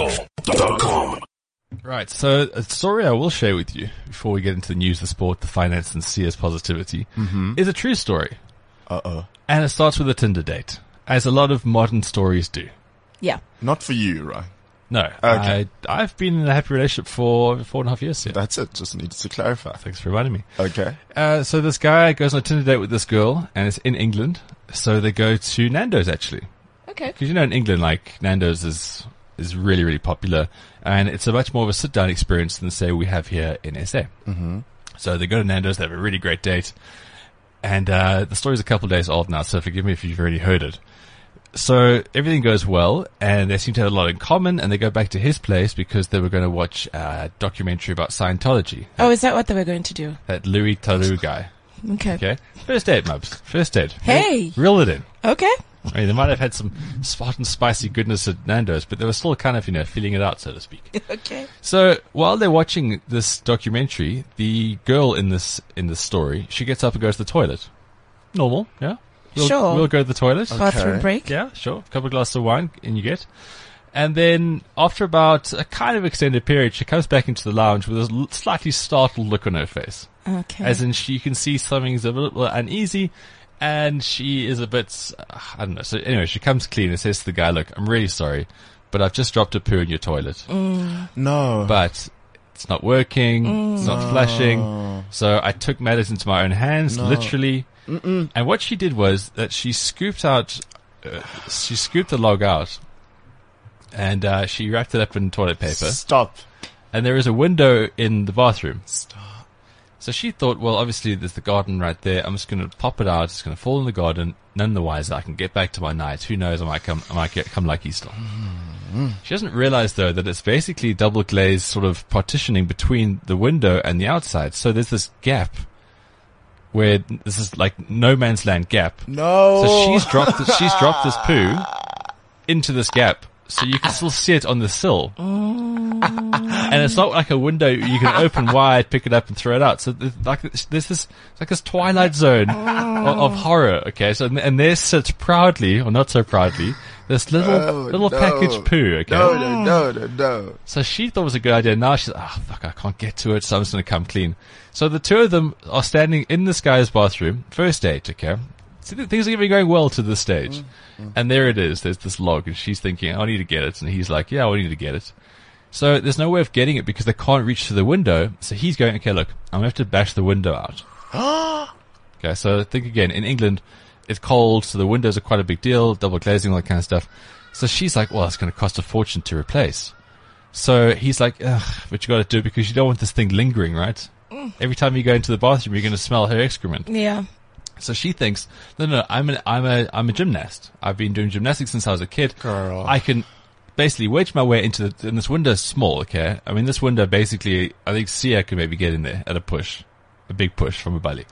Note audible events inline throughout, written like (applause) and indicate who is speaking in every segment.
Speaker 1: CliffCentral.com.
Speaker 2: Right, so a story I will share with you before we get into the news, the sport, the finance, and CS positivity
Speaker 3: Mm-hmm.
Speaker 2: is a true story.
Speaker 3: Uh oh.
Speaker 2: And it starts with a Tinder date, as a lot of modern stories do.
Speaker 4: Yeah.
Speaker 3: Not for you, right?
Speaker 2: No,
Speaker 3: Okay.
Speaker 2: I, I've been in a happy relationship for four and a half years here.
Speaker 3: That's it. Just needed to clarify.
Speaker 2: Thanks for reminding me.
Speaker 3: Okay.
Speaker 2: Uh, so this guy goes on a Tinder date with this girl, and it's in England. So they go to Nando's actually,
Speaker 4: Okay.
Speaker 2: because you know in England, like Nando's is is really really popular, and it's a much more of a sit down experience than say we have here in SA. Mm-hmm. So they go to Nando's, they have a really great date, and uh, the story's a couple days old now. So forgive me if you've already heard it. So everything goes well, and they seem to have a lot in common, and they go back to his place because they were going to watch a documentary about Scientology.
Speaker 4: Oh, is that what they were going to do?
Speaker 2: That Louis Taru guy.
Speaker 4: Okay. Okay.
Speaker 2: Okay. First date, Mubs. First date.
Speaker 4: Hey.
Speaker 2: Reel it in. I mean, they might have had some Spartan spicy goodness at Nando's, but they were still kind of, you know, feeling it out, so to (laughs) speak.
Speaker 4: (laughs) Okay.
Speaker 2: so while they're watching this documentary, the girl in this, in this story, she gets up and goes to the toilet. Normal, yeah? We'll,
Speaker 4: Sure.
Speaker 2: We'll go to the toilet.
Speaker 4: Bathroom break.
Speaker 2: Yeah, sure. A couple of glasses of wine and you get. And then after about a kind of extended period, she comes back into the lounge with a l- slightly startled look on her face.
Speaker 4: Okay.
Speaker 2: As in, she can see something's a little uneasy, and she is a bit, uh, I don't know. So anyway, she comes clean and says to the guy, look, I'm really sorry, but I've just dropped a poo in your toilet.
Speaker 3: No.
Speaker 2: But it's not working, it's not flushing. So I took matters into my own hands, literally. And what she did was that she scooped out, uh, she scooped the log out, and uh, she wrapped it up in toilet paper
Speaker 3: Stop.
Speaker 2: and there is a window in the bathroom. So she thought, well, obviously there's the garden right there. I'm just going to pop it out. It's going to fall in the garden. None the wiser. I can get back to my night. Who knows? I might come. I might get, come lucky still. She doesn't realize though that it's basically double glazed sort of partitioning between the window and the outside. So there's this gap where this is like no man's land gap.
Speaker 3: No.
Speaker 2: So she's dropped this, she's dropped this poo
Speaker 3: (laughs)
Speaker 2: into this gap, so you can still see it on the sill.
Speaker 3: Oh.
Speaker 2: and it's not like a window you can
Speaker 3: (laughs)
Speaker 2: open wide, pick it up, and throw it out. So there's like there's this it's like this twilight zone of, of
Speaker 3: Oh.
Speaker 2: horror. Okay, so and- and there sits proudly or not so proudly this little
Speaker 3: Oh,
Speaker 2: little
Speaker 3: no.
Speaker 2: package poo. Okay,
Speaker 3: No, no, no, no, no.
Speaker 2: so she thought it was a good idea. Now she's like, oh, fuck, I can't get to it, so I'm just going to come clean. So the two of them are standing in this guy's bathroom, first date, okay? So th- things are going to be going well to this stage. And there it is. There's this log, and she's thinking, I need to get it. And he's like, yeah, I need to get it. So there's no way of getting it because they can't reach to the window. So he's going, okay, look, I'm going to have to bash the window out. okay, so think again. In England, it's cold, so the windows are quite a big deal, double glazing, all that kind of stuff. So she's like, well, it's going to cost a fortune to replace. So he's like, Ugh, but you got to do it because you don't want this thing lingering, right? Every time you go into the bathroom, you're going to smell her excrement.
Speaker 4: Yeah.
Speaker 2: So she thinks, no, no, I'm an, I'm a, I'm a gymnast. I've been doing gymnastics since I was a kid.
Speaker 3: Girl.
Speaker 2: I can basically wedge my way into the, and this window's small, okay? I mean, this window basically, I think Sia could maybe get in there at a push, a big push from a belly.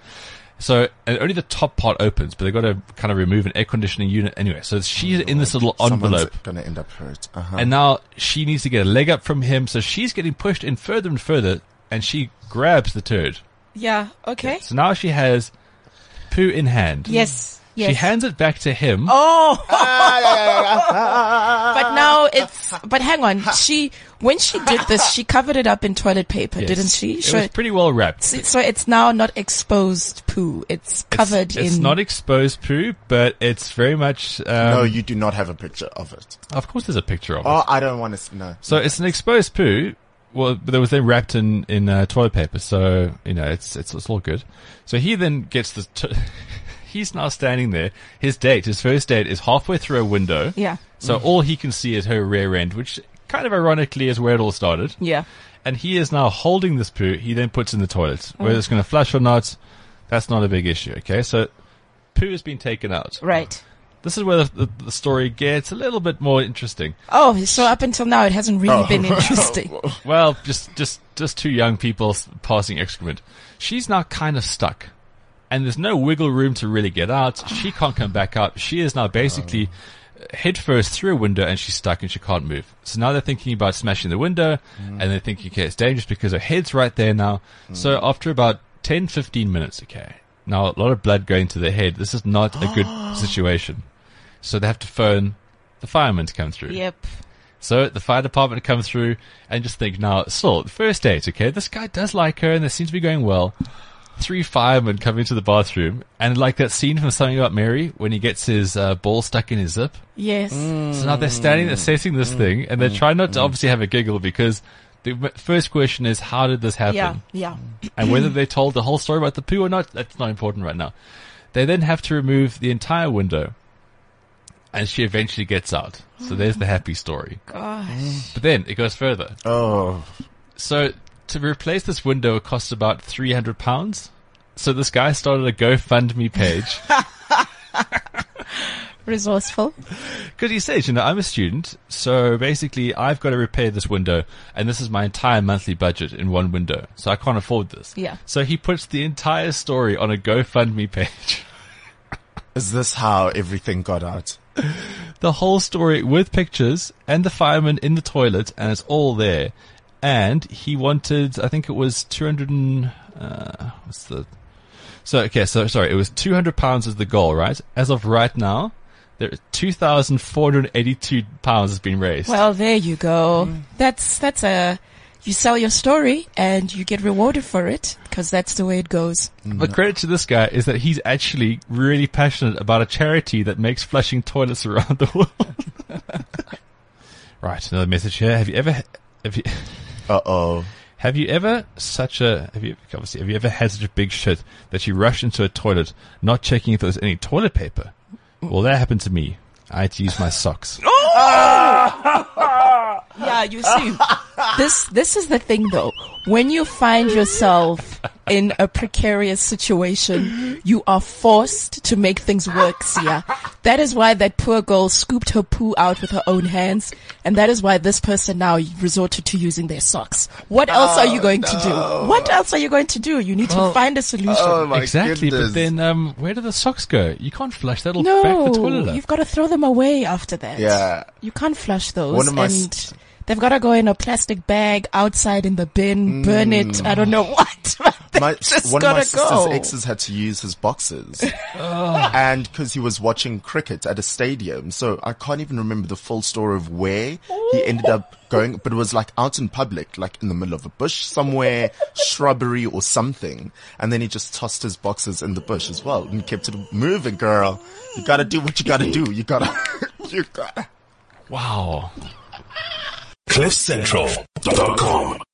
Speaker 2: So, and only the top part opens, but they've got to kind of remove an air conditioning unit anyway. So she's in this little envelope.
Speaker 3: Someone's gonna end up hurt. Uh-huh. (laughs)
Speaker 2: And now she needs to get a leg up from him, so she's getting pushed in further and further, and she grabs the turd.
Speaker 4: Yeah. Okay.
Speaker 2: So now she has poo in hand.
Speaker 4: Yes. Yes.
Speaker 2: She hands it back to him.
Speaker 3: Ah,
Speaker 4: Oh, (laughs) but now it's. But hang on. She when she did this, she covered it up in toilet paper,
Speaker 2: Yes.
Speaker 4: didn't she?
Speaker 2: It
Speaker 4: Sure.
Speaker 2: was pretty well wrapped.
Speaker 4: so so it's now not exposed poo. It's covered
Speaker 2: it's,
Speaker 4: in.
Speaker 2: It's not exposed poo, but it's very much. Um, (laughs)
Speaker 3: no, you do not have a picture of it.
Speaker 2: Of course, there's a picture of it.
Speaker 3: Oh, I don't want to. No.
Speaker 2: So it's an exposed poo. Well, but that was then wrapped in in uh, toilet paper, so you know it's it's it's all good. So he then gets the. T- (laughs) he's now standing there. His date, his first date, is halfway through a window.
Speaker 4: Yeah.
Speaker 2: So all he can see is her rear end, which kind of ironically is where it all started.
Speaker 4: Yeah.
Speaker 2: And he is now holding this poo. He then puts in the toilet.
Speaker 4: Oh.
Speaker 2: Whether it's going to flush or not, that's not a big issue. Okay, so poo has been taken out.
Speaker 4: Right.
Speaker 2: This is where the, the, the story gets a little bit more interesting.
Speaker 4: Oh, so up until now it hasn't really
Speaker 2: Oh. (laughs)
Speaker 4: been interesting.
Speaker 2: Well, just just just two young people s- passing excrement. She's now kind of stuck, and there's no wiggle room to really get out. She can't come back up. She is now basically uh, head first through a window, and she's stuck and she can't move. So now they're thinking about smashing the window, and they're thinking, okay, it's dangerous because her head's right there now. So after about 10, 15 minutes, okay, now a lot of blood going to the head. This is not a good situation. So they have to phone the firemen to come through.
Speaker 4: Yep.
Speaker 2: So the fire department come through and just think, now, Saul, the first date, okay, this guy does like her and they seem to be going well. Three firemen come into the bathroom and like that scene from Something About Mary when he gets his uh, ball stuck in his zip.
Speaker 4: Yes.
Speaker 2: So now they're standing assessing this thing and they're trying not to obviously have a giggle because the w- first question is, how did this happen?
Speaker 4: Yeah. Yeah.
Speaker 2: And whether they told the whole story about the poo or not, that's not important right now. They then have to remove the entire window. And she eventually gets out. So there's the happy story.
Speaker 4: Gosh.
Speaker 2: But then it goes further.
Speaker 3: Oh,
Speaker 2: So to replace this window it costs about three hundred pounds. So this guy started a GoFundMe page
Speaker 4: Resourceful.
Speaker 2: because he says, you know, I'm a student, so basically I've got to repair this window, and this is my entire monthly budget in one window, so I can't afford this.
Speaker 4: Yeah.
Speaker 2: So he puts the entire story on a GoFundMe page.
Speaker 3: is this how everything got out?
Speaker 2: the whole story with pictures and the fireman in the toilet, and it's all there. And he wanted, I think it was two hundred and uh, what's the? So okay, so sorry, it was two hundred pounds is the goal, right? As of right now, there two thousand four hundred eighty-two pounds has been raised.
Speaker 4: Well, there you go. That's that's a you sell your story and you get rewarded for it because that's the way it goes.
Speaker 2: the credit to this guy is that he's actually really passionate about a charity that makes flushing toilets (laughs) around the world. right, another message here. Have you ever? Have you?
Speaker 3: Uh oh.
Speaker 2: Have you ever such a have you obviously have you ever had such a big shit that you rushed into a toilet not checking if there was any toilet paper? Well, that happened to me. I had to use my socks.
Speaker 3: Oh
Speaker 4: Yeah, you see, (laughs) this this is the thing though. When you find yourself in a precarious situation, you are forced to make things work. Sia, that is why that poor girl scooped her poo out with her own hands, and that is why this person now resorted to using their socks. What else are you going to do? What else are you going to do? You need to find a solution.
Speaker 3: Oh my
Speaker 2: exactly,
Speaker 3: goodness.
Speaker 2: but then um, where do the socks go? You can't flush that'll back the toilet
Speaker 4: No,
Speaker 2: up.
Speaker 4: you've got to throw them away after that.
Speaker 3: Yeah.
Speaker 4: you can't flush those,
Speaker 3: One of my
Speaker 4: and
Speaker 3: s-
Speaker 4: they've got to go in a plastic bag outside in the bin, burn it. I don't know (laughs) what. but they
Speaker 3: Mm. My,
Speaker 4: just
Speaker 3: one of
Speaker 4: gotta
Speaker 3: my sister's
Speaker 4: go.
Speaker 3: exes had to use his boxes.
Speaker 4: (laughs)
Speaker 3: (laughs) And because he was watching cricket at a stadium. So I can't even remember the full story of where he ended up going, but it was like out in public, like in the middle of a bush somewhere, shrubbery or something. And then he just tossed his boxes in the bush as well and kept it moving, girl. You gotta do what you gotta do. You gotta, (laughs) you gotta.
Speaker 2: Wow.
Speaker 1: CliffCentral.com.